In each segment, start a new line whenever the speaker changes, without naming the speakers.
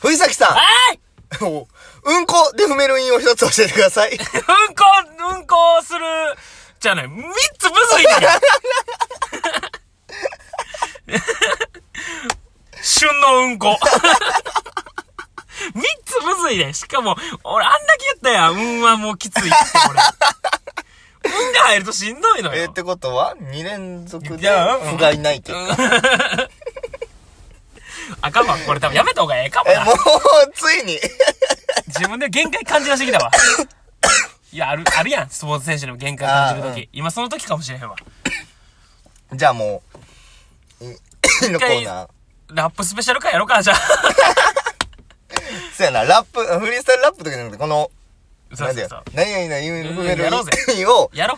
藤崎さ
はい
ん、もううんこで埋める韻を一つ教えてくださ い。
うんこ、うんこをする、じゃない、三つむずいんだよ 旬のうんこ。 三つむずいね。しかも、俺あんだけやったやん。うんはもうきついって、これ。うんが入るとしんどいの
え
よ。
ー、ってことは、2連続
い
で
やうん
不甲斐ないっていうか。
あかんわ。これ多分やめた方がええかも
え、も
な。
う、ついに。
自分で限界感じ出してきたわ。いや、ある、あるやん。スポーツ選手の限界感じる
あ
と
ーう
き。今その時かもしれへんわ。
じゃあもう、いのコーナー。
ラップスペシャルかやろうか、じゃあ。
そうやな、ラップ、フリースタイルラップとかじゃなくて、この、
そう
何だ
そう
よ
そう。。
何々な言う
うん
埋める
やろうぜ
韻を
やろ。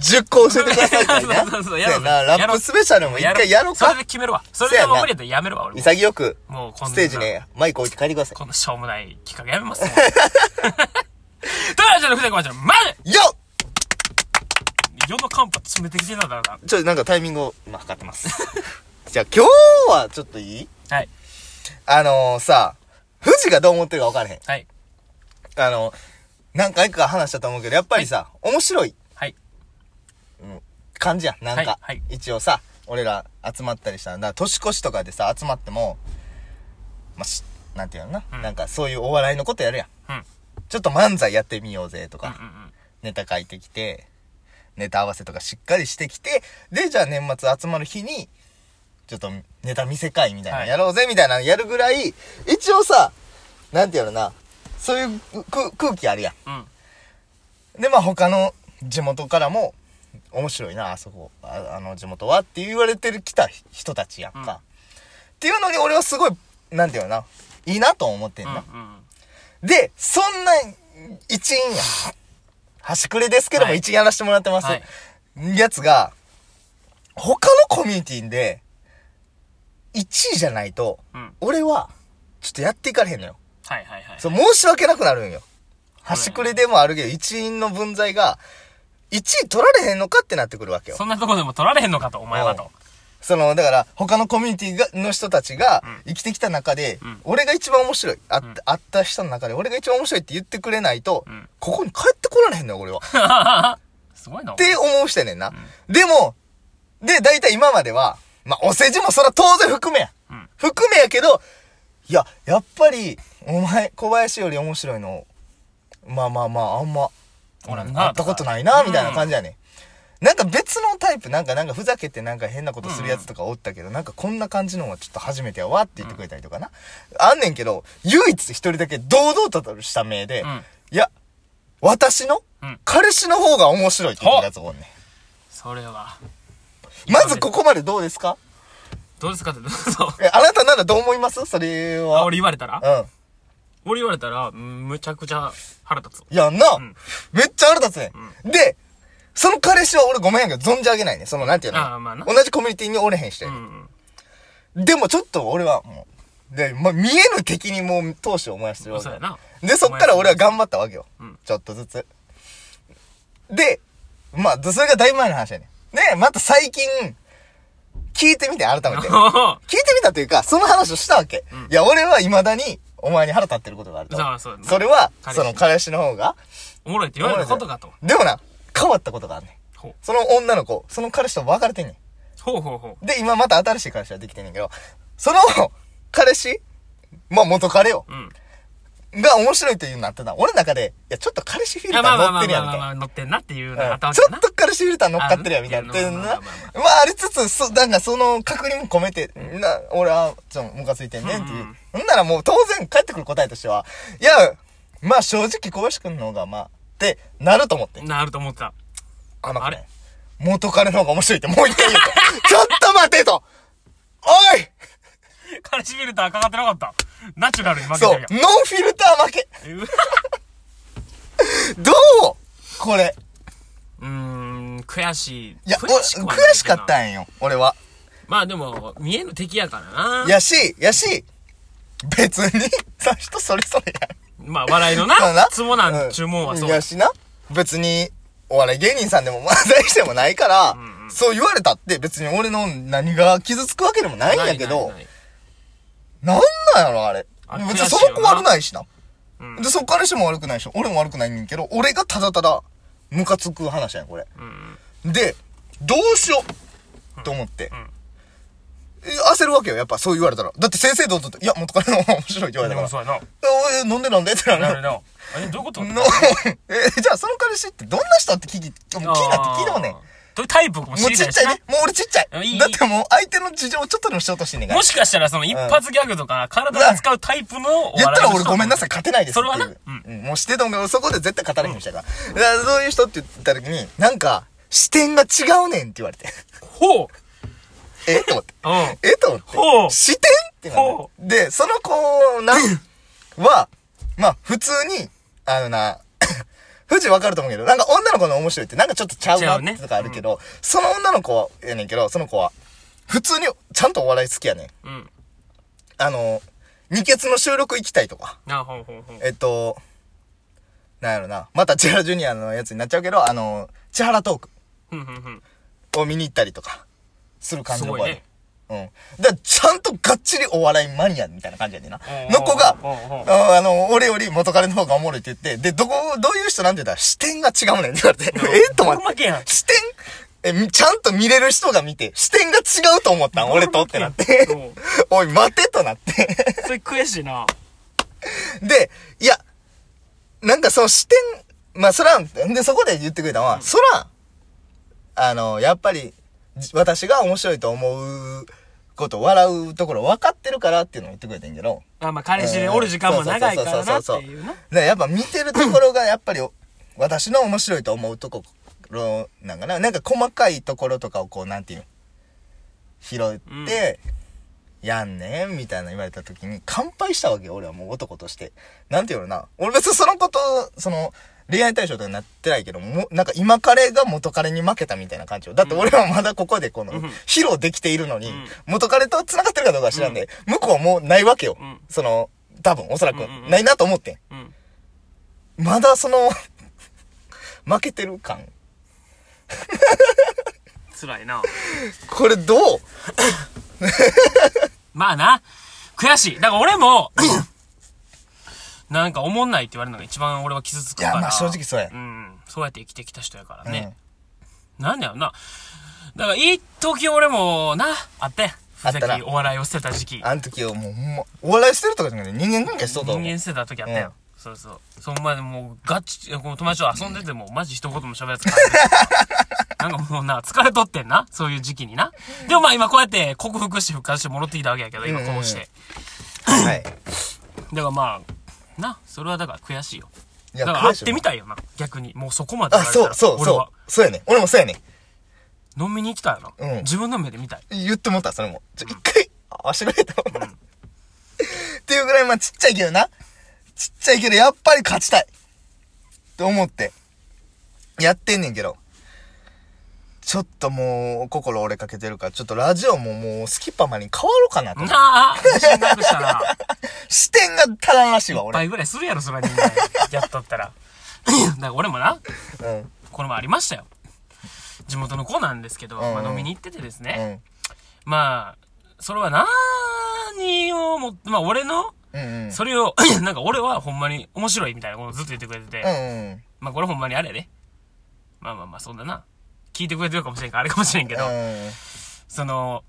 10個教えてくださいみたいな。
そうそうそう
う
やろうぜ
やな、ラップスペシャルも一回やろう
それ
か
で。決めるわ。それでもう
せやな
無理やったらやめるわ、俺も。
潔く、
もうこんな
ステージね、マイク置いて帰りくださ
このしょうもない企画やめますもん。というわけで、ふたくまちゃん、まで
い。よっ
世の寒波詰めてきてたんだろう
ちょっとなんかタイミングを今測って ます。じゃあ今日はちょっといい
な。はい。
あのー、さ、富士がどう思ってるか分からへん。
はい。
あの、何回か話したと思うけど、やっぱりさ、面白い
はい。
感じやん。なんか、
はいはい
一応さ、俺ら集まったりしたら、だから年越しとかでさ、集まっても、まあ、し、なんていうのかな、
うん
なんかそういうお笑いのことやるやん。
うん。
ちょっと漫才やってみようぜとか、
うんうん。
ネタ書いてきて、ネタ合わせとかしっかりしてきて、で、じゃあ年末集まる日に、ちょっとネタ見せ会みたいなの
はい
やろうぜみたいなのやるぐらい、一応さ、なんていうのかな、そういう空空気あるやん。
うん。
でまあ他の地元からも面白いなあそこああの地元はって言われてる来た人たちやんか、
うん
っていうのに俺はすごいなんていうのかないいなと思ってん
うん。う
な、
ん。
でそんな一員やん端くれですけども
はい
一員やらせてもらってます、
はい
やつが他のコミュニティで1位じゃないと、
うん
俺はちょっとやっていかれへんのよ
はいはいはい。
そう、申し訳なくなるんよ。端くれでもあるけど、一員の分際が、1位取られへんのかってなってくるわけよ。
そんなとこでも取られへんのかと、お前はと。
その、だから、他のコミュニティがの人たちが生きてきた中で、
ん
俺が一番面白い、あっあった人の中で、俺が一番面白いって言ってくれないと、
ん
ここに帰ってこられへんのよ、俺は。っ
すごいな。
て思う人やねんな。でも、で、大体今までは、まあ、お世辞もそら当然含めや。
うん
含めやけど、いや、やっぱり、お前、小林より面白いの、まあまあまあ、あんま、
おらんな
会ったことないな、
うん
みたいな感じやね。なんか別のタイプ、なんかなんかふざけてなんか変なことするやつとかおったけど、なんかこんな感じのはちょっと初めてやわって言ってくれたりとかな。あんねんけど、唯一一人だけ堂々とした目で、
うん
いや、私の、
うん
彼氏の方が面白いって言ってるやつおんね
それは。
ん。まずここまでどうですか
どうですかって、どうぞ。
え、あなたならどう思いますそれ
あ、
は。
俺言われたら
うん。
俺言われたら、うんむちゃくちゃ腹立つ。
いやんな、
ん
めっちゃ腹立つね、ん。で、その彼氏は俺ごめんやけど、存じ上げないね。その、なんていうの
あーまあな
同じコミュニティにおれへんして、
うんうん。
でもちょっと俺はもう、で、まあ、見えぬ敵にもう闘志を燃やしてるわけ
そう
よ
やな。
で、そっから俺は頑張ったわけよ。
うん
ちょっとずつ。で、まあ、それがだいぶ前の話やねん。で、また最近、聞いてみて、改めて。聞いてみたというか、その話をしたわけ。いや、俺は未だに、お前に腹立ってることがあると。
そうそう
それは、
彼氏
その彼氏の方が、
おもろいって言われることかと。
でもな、変わったことがあんねん。
ほう
その女の子、その彼氏と別れてんね
ほうほうほ
ん。で、今また新しい彼氏ができてんねんけど、その、彼氏まあ元彼よ
う。。うん。
が面白いというなってた。俺の中で、いや、ちょっと彼氏フィ
い
ルタ
や、
ー
まあまあ
乗っ
まあ
てるやんみ
まあ
たい
ま
な。
あ、乗ってんなっていう
う
な、
ん
頭
ちょっと彼氏フィルター乗っかってるやんみたいな。
あ
っ
る
ていうのな。
ま
ま
あまあま
あありつつ、そ、なんかその確認も込めて、な、俺は、ちょっとムカついてんねんっていう
うん。
ほんならもう当然返ってくる答えとしては、いや、まあ正直小林くんの方がまあ、ってなると思って。
なると思ってた。
あの、
あ
あ
れ
れ元彼の方が面白いってもう一回言う と。ちょっと待てとおい
彼氏フィルターかかってなかった。ナチュラルに負け
そう、
て
ノン
る
フィルター負け。
やん。う
どうこれ。
うーん、悔しい。
いや、お
悔しくはないけどな
悔しかったんよ、俺は。
まあでも、見えぬ敵やからな。
やし、やし、別に、さ、人それぞれやん。
まあ、笑いのな
そう、
ツボなん注文はそう。
やしな、別に、お笑い芸人さんでも漫才師でもないから、そう言われたって別に俺の何が傷つくわけでもないんやけど、
ないないない
なんなんやろ、あれ。
あ
別にその子悪
い。
ないしな。
うん
で、そっからしても悪くないし、俺も悪くないねんけど、俺がただただ、ムカつく話やん、これ。
うん。
で、どうしようと思って。
ん
え焦るわけよ、やっぱそう言われたら。だって先生どうぞって、いや、元からの方が面白いって言わ
で
れた
も
か
そ
ら。
うやな。
えおい、なんでなんでってな
なる
る。
な。え、どういうこと
の え、じゃあその彼氏ってどんな人って聞き、気になって聞いてもんねん。
あー
も
どういうタイプかも知
うち
りた
っ
い
ちゃ
し
い
な
ね。。もう俺ちっちゃ
うんいい
い。だってもう相手の事情をちょっとでもしようとしてんねんから
も。しかしたらその一発ギャグとか体を使うタイプのお
言った
笑い
ら
の
俺
人
ごめんなさい、勝てないですっていう。
それはな
うんもうしてどんが、そこで絶対勝たれへんみたいな。だからそういう人って言った時に、なんか、視点が違うねんって言われて。
ほう。
えと思って。
うん。
えと思って。
ほう
視点ってなる
ほ
で、その子な、 は、まあ、普通に、あのな、 富士わかると思うけど、なんか女の子の面白いってなんかちょっとちゃう
ちゃ
な
うね
ってとかあるけど、その女の子は、やねんけど、その子は、普通にちゃんとお笑い好きやねん。
うん。
あの、二欠の収録行きたいとか。
なほうほうほう。
えっと、なんやろな。また千原ジュニアのやつになっちゃうけど、あの、千原トー
ふんふんふん。
クを見に行ったりとか、する感じの子や
す
うん。だからちゃんとがっちりお笑いマニアみたいな感じやねんな
お。う
の子が、
おうおうおう
ああの、俺より元彼の方がおもろいって言って、で、どこ、どういう人なんて言ったら視点が違うねんって言われて、えと思っ
ボロ負けやん
て、視点え、みちゃんと見れる人が見て、視点が違うと思ったん、俺とってなって
ボロ負けやんお う。
おい、待てとなって。
それ悔しいな。
で、いや、なんかその視点、まあそら、で、そこで言ってくれたのは、そら、あの、やっぱり、じ私が面白いと思うこと、笑うところ分かってるからっていうのを言ってくれてんけど、
あ、まあ彼氏でおる時間も長いからなっていうな
だ。からやっぱ見てるところがやっぱりお私の面白いと思うところなんかな。なんか細かいところとかをこうなんていうの拾って、やんねんみたいな言われた時に乾杯したわけよ。俺はもう男として。なんていうのかな。俺別にそのこと、その恋愛対象とかになってないけど、もうなんか今彼が元彼に負けたみたいな感じよ。だって俺はまだここでこの
うん
披露できているのに、
ん
元彼と繋がってるかどうかは知らんで、向こうはもうないわけよ。
うん
その、多分おそらく
うんうんうん
ないなと思ってん。
うん。
まだその、 負けてる感。
辛いな。
これどう
まあな。悔しい。だから俺も、なんか思んないって言われるのが一番俺は傷つく
い
から。
や、まあ正直そうや
う。ん。そうやって生きてきた人やからね。
う
なんだよな。だから、いい時俺も、な、あって。
あ
ふ
った
ざ
な
け、お笑いを捨てた時期
ん。。あの時はもう、ほんま、お笑いしてるとかじゃなくて人間関係しとった
人
と思う。
間捨てた時あったよ。そうそう。そんまでもう、ガチ、この友達と遊んでても、マジ一言も喋らず帰る。 なんかもうな、疲れとってんな。そういう時期にな。でもまあ今こうやって克服して復活して戻ってきたわけやけど、今こうして。
はい。
だからまあ、な、それはだから悔しいよ。
い
だ
や
から
悔
会っ
しい
てみたいよな、逆に。もうそこまで
あ、
言われたら
そう、そう、
俺
そ
は
う。そうやね。俺もそうやね。
飲みに行きたいよな。
うん
自分の目で見たい。
言ってもった、それも。ちょ、一回、あ、しめた。っていうぐらい、まあちっちゃいけどな。ちっちゃいけど、やっぱり勝ちたい。と思って、やってんねんけど。ちょっともう、心折れかけてるから、ちょっとラジオももう、スキッパマンに変わろうかなと思って
なあ、自信なくしたら、
視点が足らんらしいわ、俺。
倍ぐらいするやろ、それ 人間。やっとったら。だから俺もな、
うん。
この前ありましたよ。地元の子なんですけど、
んうん
まあ飲みに行っててです
う
ね。
ん。
まあ、それは何をも、まあ俺の、
うんうん。
それを、 なんか俺はほんまに面白いみたいなことをずっと言ってくれてて。
うんうん。
まあこれほんまにあれやで。まあまあまあ、そんなな。聞いてくれてるかもしれんから、あれかもしれんけど、その、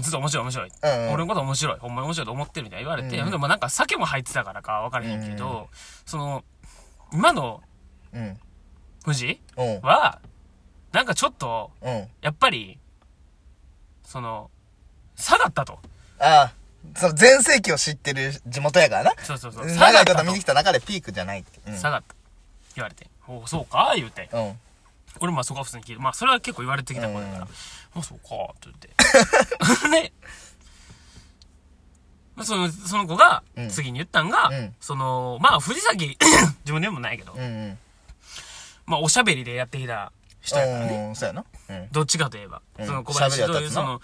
ずっと面白い面白い。
うんうん
俺のこと面白い。ほんまに面白いと思ってるみたいに言われて、
うん
ほんでもなんか酒も入ってたからかわからへんけど、その、今の
うん。うん。
藤
うん。
は、なんかちょっと、
うん。
やっぱり、その、差だったと。
ああ、その全盛期を知ってる地元やからな。
そうそうそう。差
長
だっ
いこ
た
と
と
見。てきた中でピークじゃないって。うん。
差だった。言われて。おうそうか言うて。
うん。
俺もまあそこは普通に聞いて、まあそれは結構言われてきたことだから、
うん
まあそうか、って言って。 で、まあその、その子が
うん、
次に言ったんが、
うん
その、まあ藤崎、 自分でもないけど、
うんうん。
まあおしゃべりでやってきた人やからね。
うん。そうやな。うん。
どっちかといえば、
うん
その小林と
喋り
い
や
う
った
そ
やつな
の、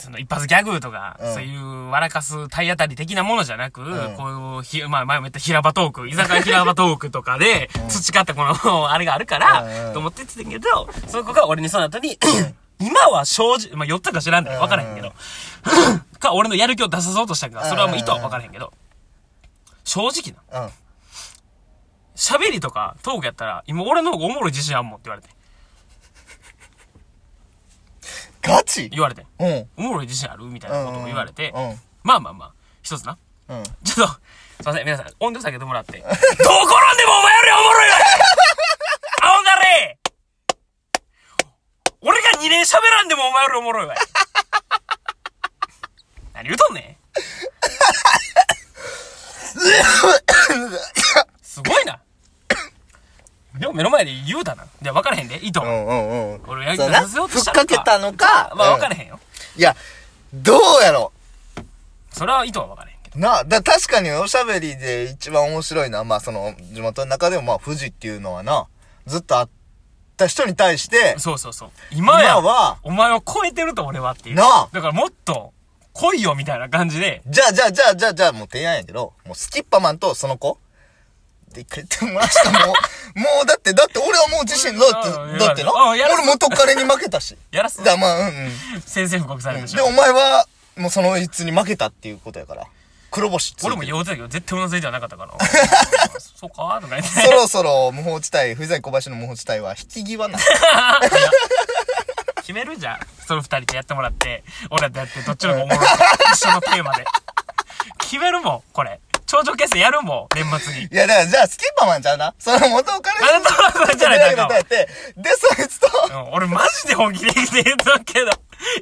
その一発ギャグとか、
うん
そういう笑かす体当たり的なものじゃなく、
ん
こういうひ、まあ前も言った平場トーク、居酒屋平場トークとかで、培ったこの、 あれがあるから、
うん
と思って言ってたけど、 その子が俺にその後に、今は正直、まあ、寄ったか知らんねん。わからへんけど。 か、俺のやる気を出さそうとしたけど、それはもう意図は分からへんけど、正直な。
うん。
喋りとか、トークやったら、今俺の方がおもろい自信あんもんって言われて。
ガチ
言われて。
うん。うん。
おもろい自信あるみたいなことも言われて
う、ん。うん。
まあまあまあ、一つな。
うん
ちょっと、すいません、皆さん、音量下げてもらって。どう転んでもお前よりおもろいわ青がれ俺が2年喋らんでもお前よりおもろいわい何言うとんねんすごいな。でも目の前で言うたな。じゃあ分からへんで、意図。
うんうんうん。
俺やり
そう
出せようと
ふっ
した
かけたのか。
まあ分か
うん
れへんよ。
いや、どうやろ
それは意図は分からへんけど。
な、だ、確かにおしゃべりで一番面白いのは、まあその、地元の中でもまあ富士っていうのはな、ずっとあった人に対して、
そうそうそう。今や、
今は
お前を超えてると俺はっていう。
なあ
だからもっと、来いよみたいな感じで、
じゃあじゃあじゃあじゃあじゃあもう提案やけど、もうスキッパマンとその子で一回言ってもらうしかもう、もうだって、だって俺はもう自身だ
う
っ
ん
て、だってな、
あやら
俺元彼に負けたし。
やらす
だからまあ、うんうん。
先生布告されるでし
で、
ょ
お。前は、もうそのいつに負けたっていうことやから。黒星ついてる
俺も酔うてたけど、絶対うなずいてはなかっ たから。そうかとか言って。
そろそろ無法地帯、藤崎小林の無法地帯は引き際な。
決めるじゃん。その二人でやってもらって、俺らとやって、どっちの方がおもろいか。一緒のテーマで。決めるもん、これ。頂上決戦やるもん、年 末に。
いや、だからじゃあスキッパマンちゃうな。その元彼
あなたはそれじゃないだ
だって、で、そいつと、
うん、俺マジで本気で言ってるけど、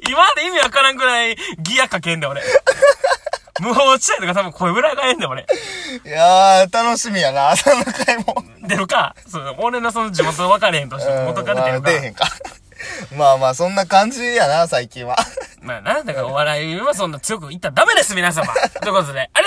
今まで意味わからんくらいギアかけんだ俺。無法地帯とか多分声裏返んだ俺。
いやー、楽しみやな、その回も。
出るか、その俺のその地元分かれへんとして元から出
ま
る
あ
か
出。えへんか。 まあまあ、そんな感じやな、最近は。
まあなんだからお笑いはそんな強く言ったらダメです皆様。ということで、ありがとうございました